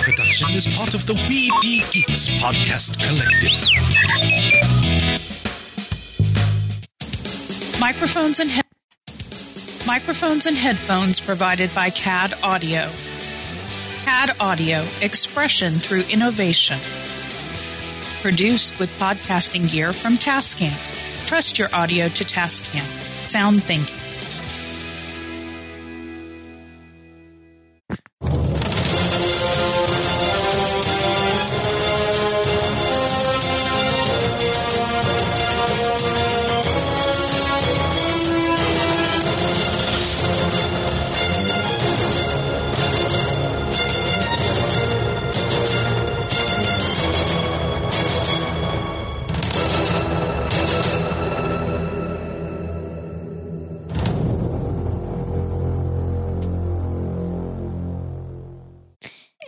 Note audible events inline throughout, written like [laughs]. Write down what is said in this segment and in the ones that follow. production is part of the We Be Geeks podcast collective. Microphones and he- microphones and headphones provided by CAD Audio. CAD Audio: Expression through Innovation. Produced with podcasting gear from Tascam. Trust your audio to Tascam. Sound thinking.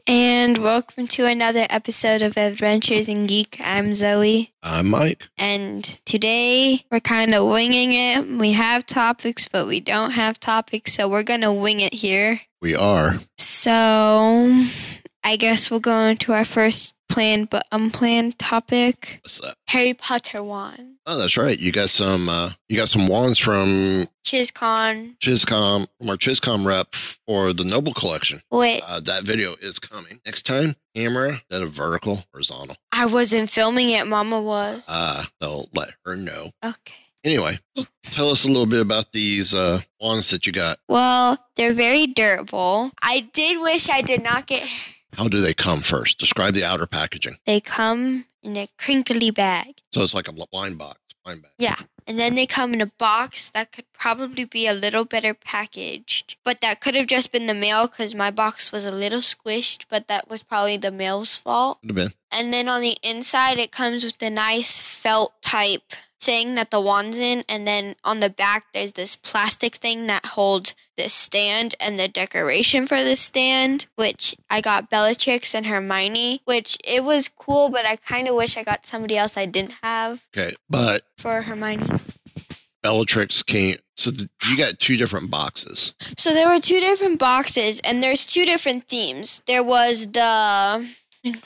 And welcome to another episode of Adventures in Geek. I'm Zoe. I'm Uh, Mike. And today we're kind of winging it. We have topics, but we don't have topics, so we're going to wing it here. We are. So I guess we'll go into our first planned but unplanned topic What's that? Harry Potter wand. Oh, that's right. You got some. Uh, you got some wands from ChisCon. Chiscom from our Chiscom rep for the Noble Collection. Wait, Uh, that video is coming next time. Camera that a vertical, horizontal. I wasn't filming it, Mama was. Uh, they'll let her know. Okay. Anyway, tell us a little bit about these uh, wands that you got. Well, they're very durable. I did wish I did not get How do they come first? Describe the outer packaging. They come in a crinkly bag. So it's like a blind box. Blind bag. Yeah. And then they come in a box that could probably be a little better packaged. But that could have just been the mail because my box was a little squished, but that was probably the mail's fault. Could have been. And then on the inside, it comes with the nice felt type thing that the wand's in. And then on the back, there's this plastic thing that holds this stand and the decoration for this stand, which I got Bellatrix and Hermione, which it was cool, but I kind of wish I got somebody else I didn't have Okay, but for Hermione. Bellatrix came. So th- you got two different boxes. So there were two different boxes, and there's two different themes. There was the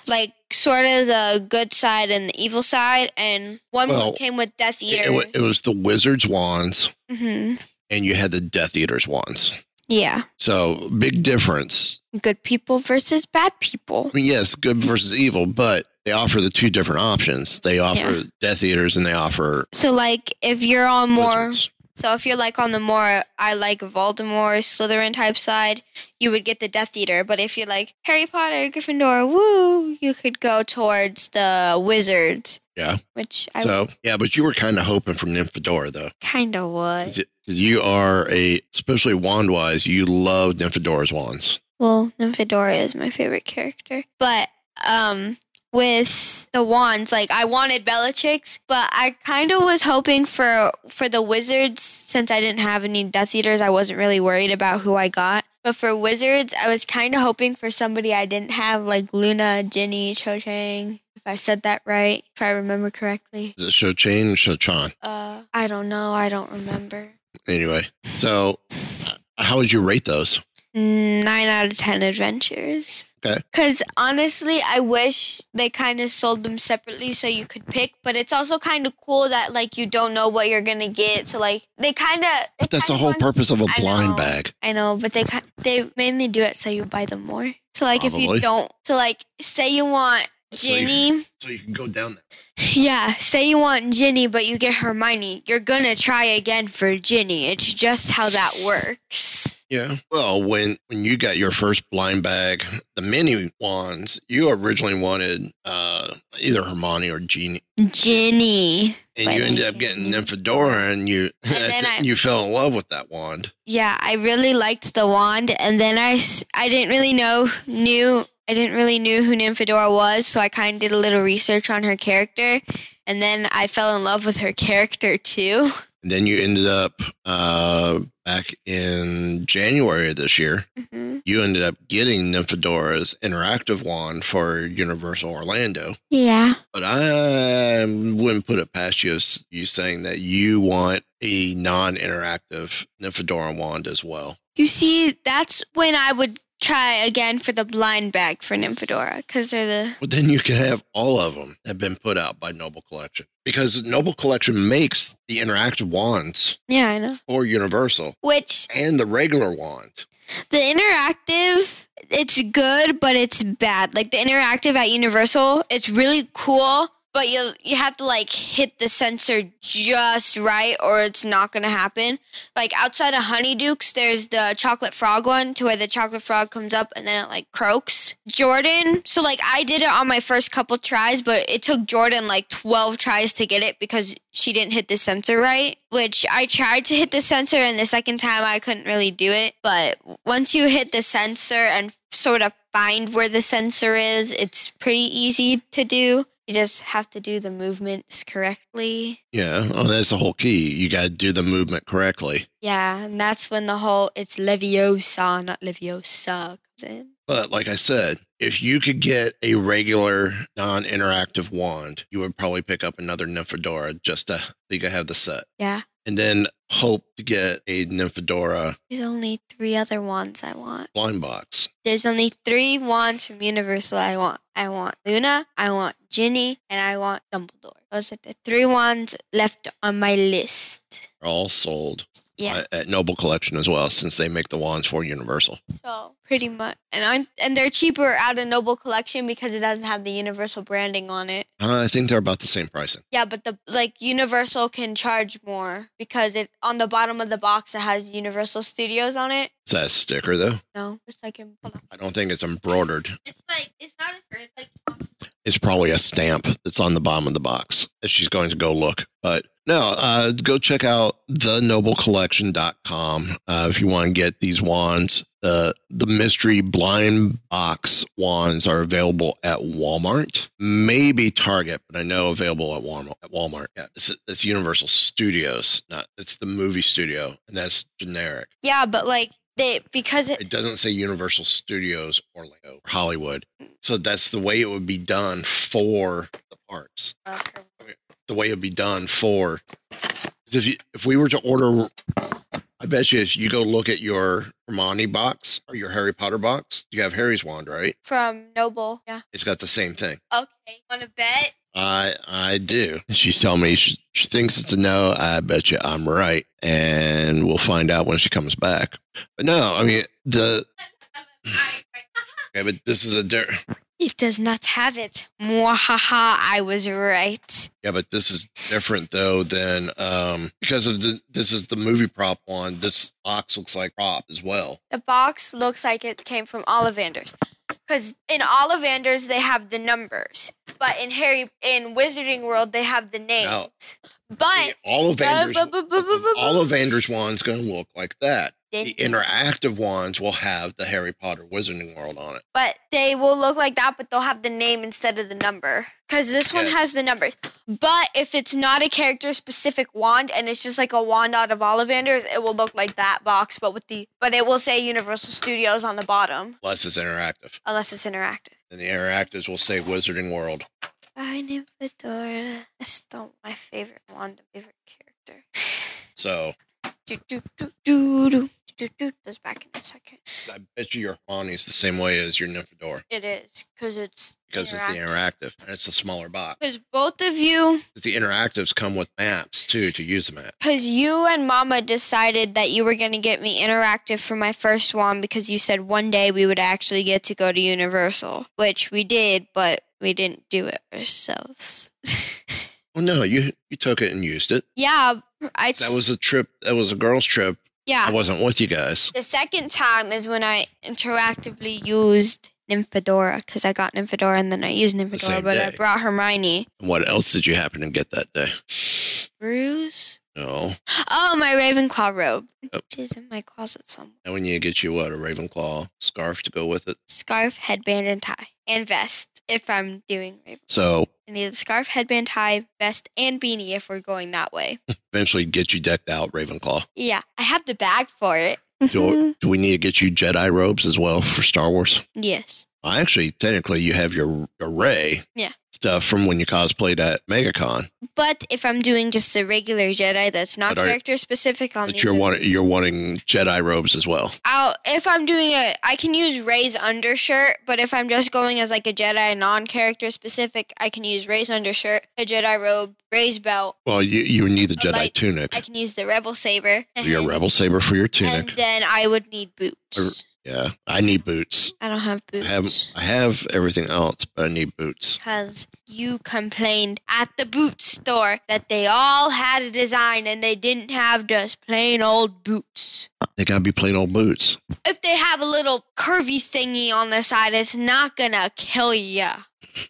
like sort of the good side and the evil side, and one Well, came with Death It, Eater. it wa- it was the wizard's wands, hmm and you had the Death Eater's wands. Yeah, So big difference. good people versus bad people. I mean, yes, good versus evil, but they offer the two different options. They offer Death Eaters and they offer So like, if you're on more, wizards. so if you're like on the more I like Voldemort, Slytherin type side, you would get the Death Eater. But if you're like Harry Potter, Gryffindor, woo, you could go towards the wizards. Yeah. which I so yeah, but you were kind of hoping for Nymphadora though, kind of would. because you are a especially wand wise, you love Nymphadora's wands. Well, Nymphadora is my favorite character. But um with the wands, like I wanted Bellatrix, but I kind of was hoping for for the wizards since I didn't have any Death Eaters, I wasn't really worried about who I got. But for wizards, I was kind of hoping for somebody I didn't have like Luna, Ginny, Cho Chang, if I said that right, if I remember correctly. Is it Shochain or Shochan? Uh I don't know, I don't remember. Anyway, so uh, how would you rate those? nine out of ten adventures. Okay. Because honestly, I wish they kind of sold them separately so you could pick. But it's also kind of cool that like you don't know what you're gonna get. So like they kind of. That's the whole purpose of a I blind know. bag. I know, but they ki- they mainly do it so you buy them more. So like if Probably. you don't, so like say you want Ginny. [laughs] So you can go down there. Yeah, say you want Ginny, but you get Hermione. You're gonna try again for Ginny. It's just how that works. Yeah. Well, when when you got your first blind bag, the mini wands, you originally wanted uh, either Hermione or Genie, Ginny. and But you I ended up getting didn't. Nymphadora, and you Mm-hmm. [laughs] And then I- you fell in love with that wand. Yeah, I really liked the wand, and then I, s- I didn't really know knew I didn't really knew who Nymphadora was, so I kind of did a little research on her character, and then I fell in love with her character too. And then you ended up uh, back in January of this year. Mm-hmm. You ended up getting Nymphadora's interactive wand for Universal Orlando. Yeah, But I wouldn't put it past you you saying that you want a non-interactive Nymphadoran wand as well. you see, that's when I would try again for the blind bag for Nymphadora because they're the Well, then you can have all of them that have been put out by Noble Collection because Noble Collection makes the interactive wands yeah I know for Universal which and the regular wand. the interactive it's good but it's bad like the interactive at Universal it's really cool but you you have to like hit the sensor just right or it's not gonna happen like outside of Honeydukes there's the chocolate frog one to where the chocolate frog comes up and then it like croaks Jordan so like I did it on my first couple tries but it took Jordan like 12 tries to get it because she didn't hit the sensor right, which I tried to hit the sensor, and the second time I couldn't really do it. But once you hit the sensor and sort of find where the sensor is, it's pretty easy to do. You just have to do the movements correctly. Yeah. Oh, that's the whole key. You got to do the movement correctly. Yeah, and that's when the whole it's Leviosa, not Leviosa, comes in. But like I said, if you could get a regular non interactive wand, you would probably pick up another Nymphadora just to so you could have the set. Yeah, And then hope to get a Nymphadora there's only three other wands I want. blind box. There's only three wands from Universal I want. I want Luna, I want Ginny, and I want Dumbledore. Those are the three wands left on my list. They're all sold Yeah. at- at Noble Collection as well, since they make the wands for Universal. So pretty much, and I'm, and they're cheaper out of Noble Collection because it doesn't have the Universal branding on it. Uh, I think they're about the same pricing. Yeah, but the like Universal can charge more because it on the bottom of the box it has Universal Studios on it. Is that a sticker though? No, it's like in, hold on. I don't think it's embroidered. It's like it's not as it's like It's probably a stamp that's on the bottom of the box that she's going to go look. But no, uh, go check out thenoblecollection.com uh, if you want to get these wands. The the mystery blind box wands are available at Walmart, maybe Target, but I know available at Walmart. At Walmart, yeah, it's, it's Universal Studios, not it's the movie studio, and that's generic. yeah, but like they because it it doesn't say Universal Studios Orlando or Hollywood. So that's the way it would be done for the parks. Uh, The way it would be done for 'cause if you, if we were to order, I bet you if you go look at your Hermione box or your Harry Potter box, you have Harry's wand, right? from Noble. Yeah. It's got the same thing. Okay. Want to bet? I I do. She's telling me she, she thinks it's a no. I bet you I'm right, and we'll find out when she comes back. But no, I mean the. Okay, but this is a di- It does not have it. Mwahaha, I was right. Yeah, but this is different though than um because of the this is the movie prop one. This box looks like prop as well. The box looks like it came from Ollivander's. Because in Ollivander's, they have the numbers. But in Harry, in Wizarding World, they have the names. No. But, All of Anders, Uh, bu- bu- bu- bu- bu- Eh. all of Anders wand's going to look like that. The they, interactive wands will have the Harry Potter Wizarding World on it. but they will look like that, but they'll have the name instead of the number. Because this one Yes. has the numbers. But if it's not a character specific wand and it's just like a wand out of Ollivander's, it will look like that box, but with the but it will say Universal Studios on the bottom. Plus, it's interactive, unless it's interactive. and the interactives will say Wizarding World. I named Fedora. That's not my favorite wand, my favorite character. So Do, do, do, do, do, do, do. That's back in a second. I bet you your Hermione is the same way as your Nymphadora It is, because it's. because it's the interactive and it's a smaller box. Because both of you, 'Cause the interactives come with maps too to use the map. because you and Mama decided that you were going to get me interactive for my first wand because you said one day we would actually get to go to Universal, which we did, but we didn't do it ourselves. [laughs] Well, Oh, no, you you took it and used it. yeah, I. That was a trip. That was a girls' trip. yeah. I wasn't with you guys. The second time is when I interactively used Nymphadora because I got Nymphadora and then I used Nymphadora, same but I day. brought Hermione. What else did you happen to get that day? Bruise? No. Oh, my Ravenclaw robe. Oh. It is in my closet somewhere. And we need to get you what a Ravenclaw scarf to go with it. Scarf, headband, and tie. And vest if I'm doing Raven. So I need a scarf, headband, tie, vest, and beanie if we're going that way. eventually get you decked out Ravenclaw. yeah, I have the bag for it. Mm-hmm. Do, do we need to get you Jedi robes as well for Star Wars? [laughs] Yes. Well, actually, technically, you have your array Yeah. stuff from when you cosplayed at MegaCon, But if I'm doing just a regular Jedi that's not But are- character specific on but the you're other- wanting you're wanting Jedi robes as well. I'll, if I'm doing a, I can use Ray's undershirt, but if I'm just going as like a Jedi non-character specific, I can use Ray's undershirt, a Jedi robe, Ray's belt. Well, you you need the A Jedi light- tunic, I can use the Rebel saber. your Rebel saber for your And tunic. then I would need boots. yeah, I need boots. I don't have I have boots I have everything else, but I need boots. because you complained at the boot store that they all had a design and they didn't have just plain old boots. They gotta be plain old boots. If they have a little curvy thingy on the side, it's not gonna kill ya.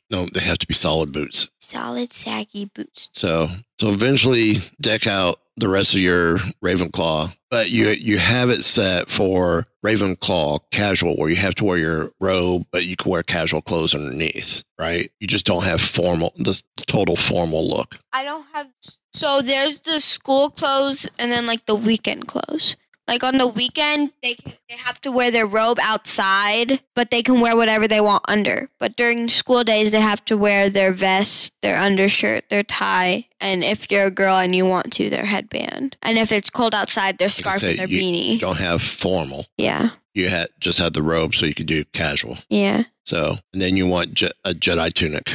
No, they have to be solid boots. Solid, saggy boots. So so eventually deck out the rest of your Ravenclaw, but you you have it set for Ravenclaw casual, where you have to wear your robe, but you can wear casual clothes underneath, right? You just don't have formal the total formal look. I don't have. So there's the school clothes and then like the weekend clothes. Like on the weekend, they can, they have to wear their robe outside, but they can wear whatever they want under. But during school days, they have to wear their vest, their undershirt, their tie, and if you're a girl and you want to, their headband. And if it's cold outside, their scarf said, and their you- You beanie. don't have formal. yeah, You had just had the robe, so you could do casual. yeah, So and then you want je- a Jedi tunic.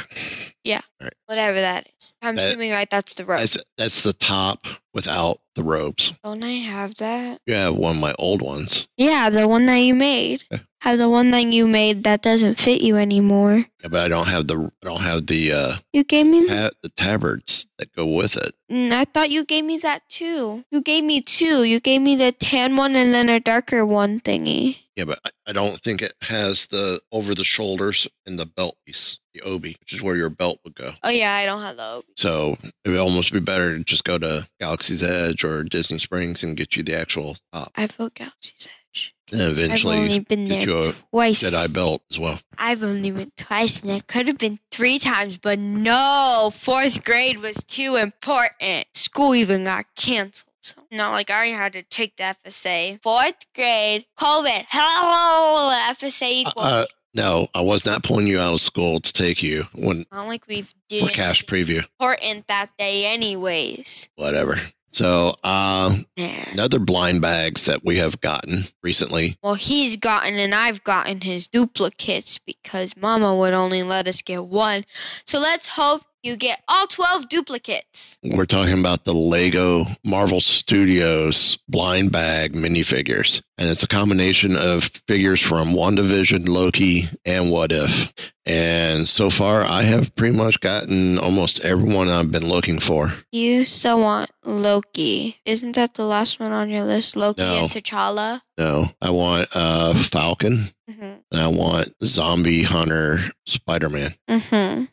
whatever that is. I'm That- assuming right. That's the robe. That's that's the top without the robes. Don't I have that? You have one of my old ones. Yeah, the one that you made. Yeah. Have the one that you made that doesn't fit you anymore. Yeah, but I don't have the I don't have the uh You gave me. ta- the tabards that go with it. Mm, I thought you gave me that too. You gave me two. You gave me the tan one and then a darker one thingy. Yeah, but I- I don't think it has the over the shoulders and the belt piece, the obi, which is where your belt would go. Oh yeah, I don't have the. So it would almost be better to just go to Galaxy's Edge or Disney Springs and get you the actual top. I vote Galaxy's Edge. And eventually I've only been get there you a twice. Jedi belt as well. I've only went twice, and I could have been three times, but no. Fourth grade was too important. School even got canceled. So not like I had to take the FSA. Fourth grade, COVID. Hello, FSA equals. Uh, no, I was not pulling you out of school to take you when not like we did for cash preview. important that day, anyways. Whatever. So uh, Yeah. another blind bags that we have gotten recently Well, he's gotten and I've gotten his duplicates because Mama would only let us get one. So let's hope you get all 12 duplicates. We're talking about the Lego Marvel Studios blind bag minifigures. And it's a combination of figures from WandaVision, Loki, and What If. And so far, I have pretty much gotten almost everyone I've been looking for. You still want Loki. Isn't that the last one on your list? Loki No. and T'Challa? No, I want uh, Falcon Mm and I want Zombie Hunter Spider Man. hmm. Mm hmm.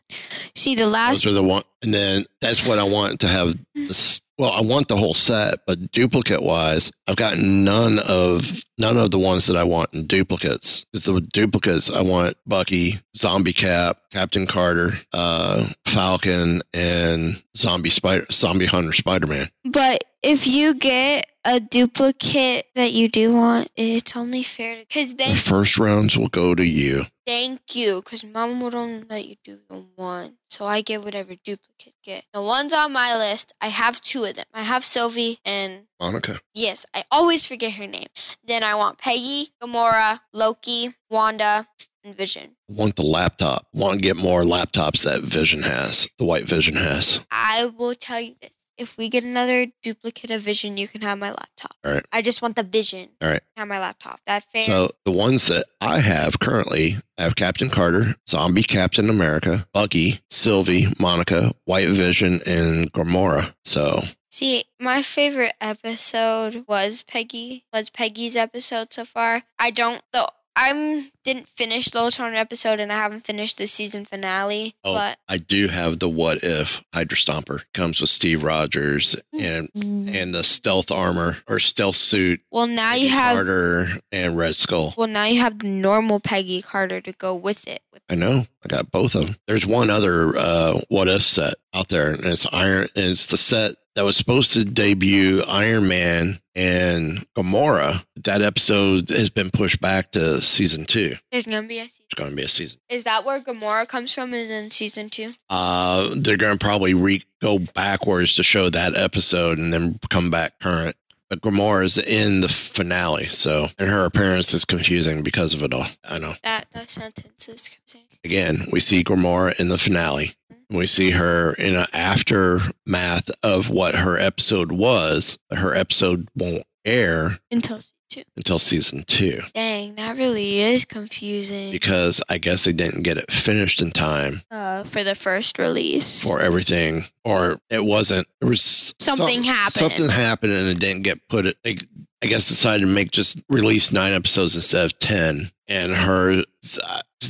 See, the last. Those are the one. And then that's what I want to have. This, well, I want the whole set, but duplicate wise, I've gotten none of none of the ones that I want in duplicates. Because the duplicates, I want Bucky, Zombie Cap, Captain Carter, uh, Falcon, and Zombie Spider, Zombie Hunter Spider Man. But if you get a duplicate that you do want, it's only fair because The [laughs] then first rounds will go to you. Thank you, because mom would only let you do the one. So I get whatever duplicate get. The one's on my list. I have two of them. I have Sylvie and Monica. yes, I always forget her name. Then I want Peggy, Gamora, Loki, Wanda, and Vision. I want the laptop. want to get more laptops that Vision has, the white Vision has. I will tell you this. If we get another duplicate of Vision, you can have my laptop. All right. I just want the Vision. All right. Have my laptop. That fair? So the ones that I have currently, I have Captain Carter, Zombie Captain America, Bucky, Sylvie, Monica, White Vision, and Gamora. So See, my favorite episode was Peggy. Was Peggy's episode so far? I don't though. I'm didn't finish Low Tone episode, and I haven't finished the season finale. Oh. But I do have the What If Hydra Stomper comes with Steve Rogers and Mm-hmm. and the stealth armor or stealth suit. well, now Peggy you have Carter and Red Skull. well now you have the normal Peggy Carter to go with it. I know. I got both of them. There's one other uh, what if set out there, and it's iron. And it's the set that was supposed to debut Iron Man and Gamora. That episode has been pushed back to season two. There's gonna be a season. It's going to be a season. Is that where Gamora comes from? Is in season two? Uh, they're going to probably re- go backwards to show that episode and then come back current. But Gamora is in the finale, so and her appearance is confusing because of it all. I know. That that sentence is confusing. Again, we see Gamora in the finale. Mm-hmm. We see her in an aftermath of what her episode was. Her episode won't air Until two. until season two Dang, that really is confusing. because I guess they didn't get it finished in time Uh, for the first release. for everything, or it wasn't. There was Something happened. Something happened, and it didn't get put. It. They, I guess decided to make just release nine episodes instead of ten. And her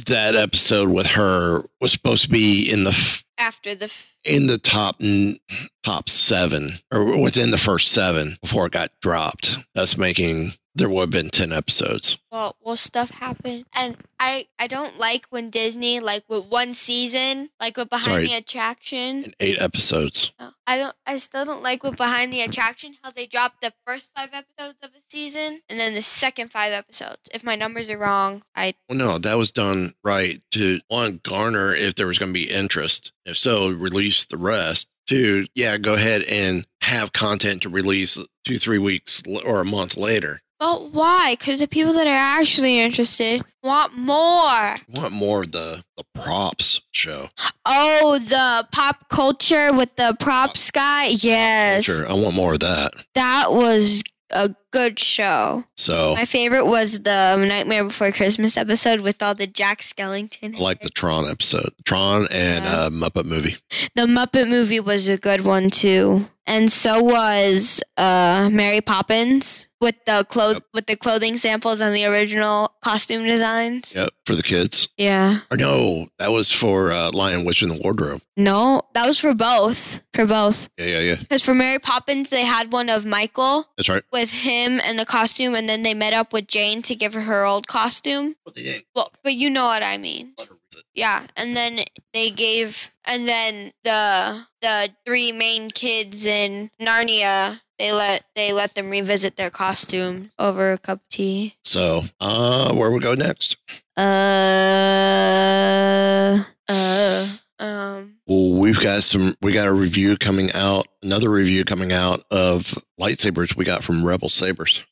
that episode with her was supposed to be in the f- After the f- in the top n- top seven or within the first seven before it got dropped. That's making there would have been ten episodes. well, well, stuff happened, and I I don't like when Disney like with one season, like with Behind Sorry. the Attraction. and Eight episodes. Oh, I don't. I still don't like with Behind the Attraction how they dropped the first five episodes of a season and then the second five episodes. If my numbers are wrong, I Well, no, that was done right to one garner if there was going to be interest. If so, release the rest. Two, yeah, go ahead and have content to release two, three weeks l- or a month later. But why? Because the people that are actually interested want more. I want more of the the props show? Oh, the pop culture with the props guy. Yes. Sure, I want more of that. That was a good show. So My favorite was the Nightmare Before Christmas episode with all the Jack Skellington. I like the Tron episode, Tron and Yeah. uh, Muppet movie. The Muppet movie was a good one too. And so was uh, Mary Poppins with the clo- Yep. with the clothing samples and the original costume designs. Yep, for the kids. Yeah. Or no, that was for uh, Lion Witch in the Wardrobe. No, that was for both. For both. Yeah, yeah, yeah. Because for Mary Poppins, they had one of Michael That's right. with him and the costume, and then they met up with Jane to give her her old costume. Well, they didn't Well, but you know what I mean. let her read it. Yeah, and then they gave, and then the the three main kids in Narnia, they let they let them revisit their costume over a cup of tea. So, uh, where we go next? Uh, uh, um. Well, we've got some. We got a review coming out. Another review coming out of lightsabers we got from Rebel Sabers.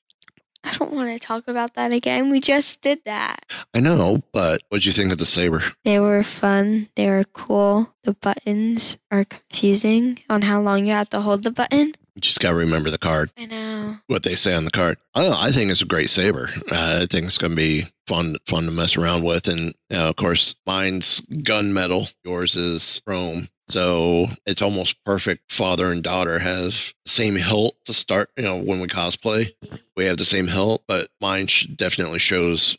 I don't want to talk about that again. We just did that. I know, but what'd you think of the saber? They were fun. They were cool. The buttons are confusing on how long you have to hold the button. You just got to remember the card. I know. What they say on the card. Oh, I think it's a great saber. Uh, I think it's going to be fun, fun to mess around with. And you know, of course, mine's gunmetal. Yours is chrome. So it's almost perfect. Father and daughter have the same hilt to start. You know, when we cosplay, we have the same hilt, but mine sh- definitely shows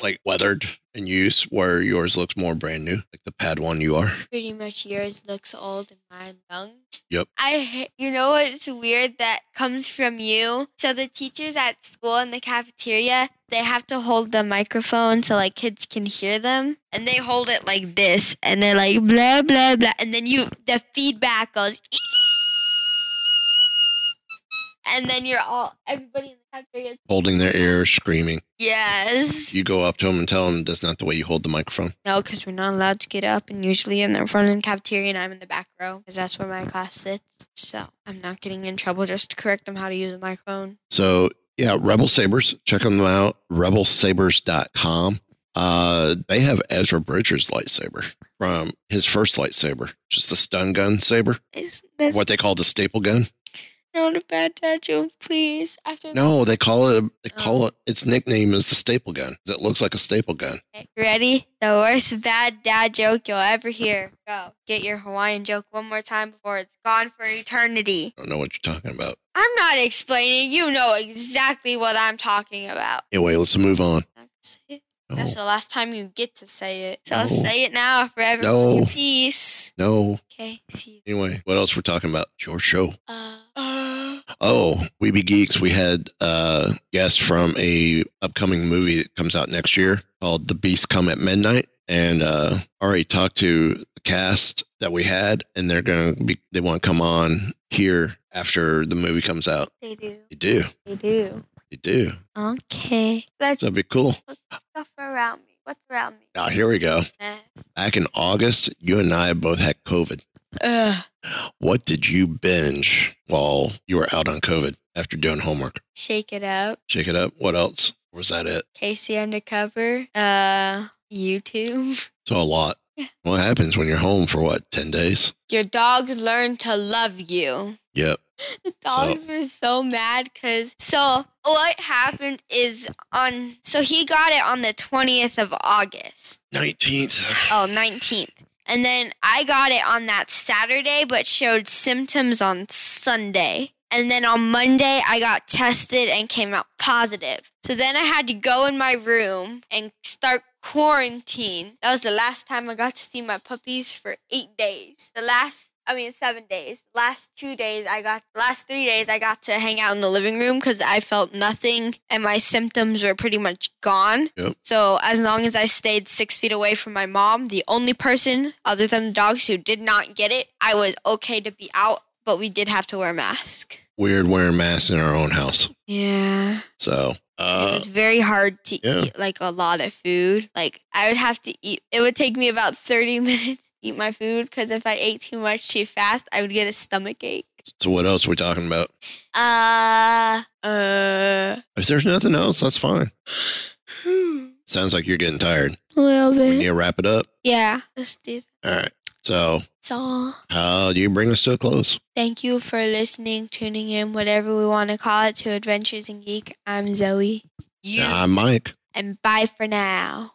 like weathered and use where yours looks more brand new, like the pad one you are. Pretty much yours looks old and mine young. Yep. I, ha- you know what's weird that comes from you? So the teachers at school in the cafeteria, they have to hold the microphone so like kids can hear them. And they hold it like this and they're like blah, blah, blah. And then you, the feedback goes. And then you're all, everybody in the cafeteria Holding their ear, screaming. Yes. You go up to them and tell them that's not the way you hold the microphone. No, because we're not allowed to get up, and usually in the front of the cafeteria, and I'm in the back row because that's where my class sits. So I'm not getting in trouble just to correct them how to use a microphone. So, yeah, Rebel Sabers, check them out, rebelsabers.com. Uh, they have Ezra Bridger's lightsaber from his first lightsaber, just the stun gun saber, It's, that's what they call the staple gun. not a bad tattoo, please. After No, they call it, they call it, its nickname is the staple gun. 'cause It looks like a staple gun. that, ready? The worst bad dad joke you'll ever hear. Go get your Hawaiian joke one more time before it's gone for eternity. I don't know what you're talking about. I'm not explaining. You know exactly what I'm talking about. Anyway, let's move on. That's the last time you get to say it. So No. say it now or forever. No. Peace. No, Okay. See you. Anyway, what else we're talking about? It's Your show. Uh, uh, Oh, We Be Geeks. We had uh guests from a upcoming movie that comes out next year called The Beast Come at Midnight. and uh, already talked to the cast that we had, and they're gonna be they want to come on here after the movie comes out. They do. They do, They do. they do. Okay. Let's So that'd be cool. stuff around me. What's around me? Now here we go. Back in August, you and I both had COVID. Ugh. What did you binge while you were out on COVID after doing homework? Shake it up. Shake it up. What else? Or was that it? Casey Undercover. Uh, YouTube. [laughs] So a lot. What happens when you're home for what ten days? Your dogs learn to love you. [laughs] Yep. The dogs were so mad because so what happened is on so he got it on the 20th of August. Nineteenth. Oh, 19th. And then I got it on that Saturday but showed symptoms on Sunday. And then on Monday I got tested and came out positive. So then I had to go in my room and start quarantine. That was the last time I got to see my puppies for 8 days. The last I mean, seven days. Last two days, I got, last three days, I got to hang out in the living room because I felt nothing and my symptoms were pretty much gone. Yep. So, as long as I stayed six feet away from my mom, the only person other than the dogs who did not get it, I was okay to be out, but we did have to wear a mask. Weird wearing masks in our own house. Yeah. So it uh was very hard to yeah. eat like a lot of food. Like, I would have to eat, it would take me about 30 [laughs] minutes. to Eat my food because if I ate too much too fast, I would get a stomach ache. so what else are we talking about? Uh, uh, If there's nothing else, that's fine. a Sounds like you're getting tired. little We need bit. to wrap it up. Yeah, let's do that. All right. So So, how do you bring us to a close? thank you for listening, tuning in, whatever we want to call it, to Adventures in Geek. I'm Zoe. Yeah, I'm Mike. And bye for now.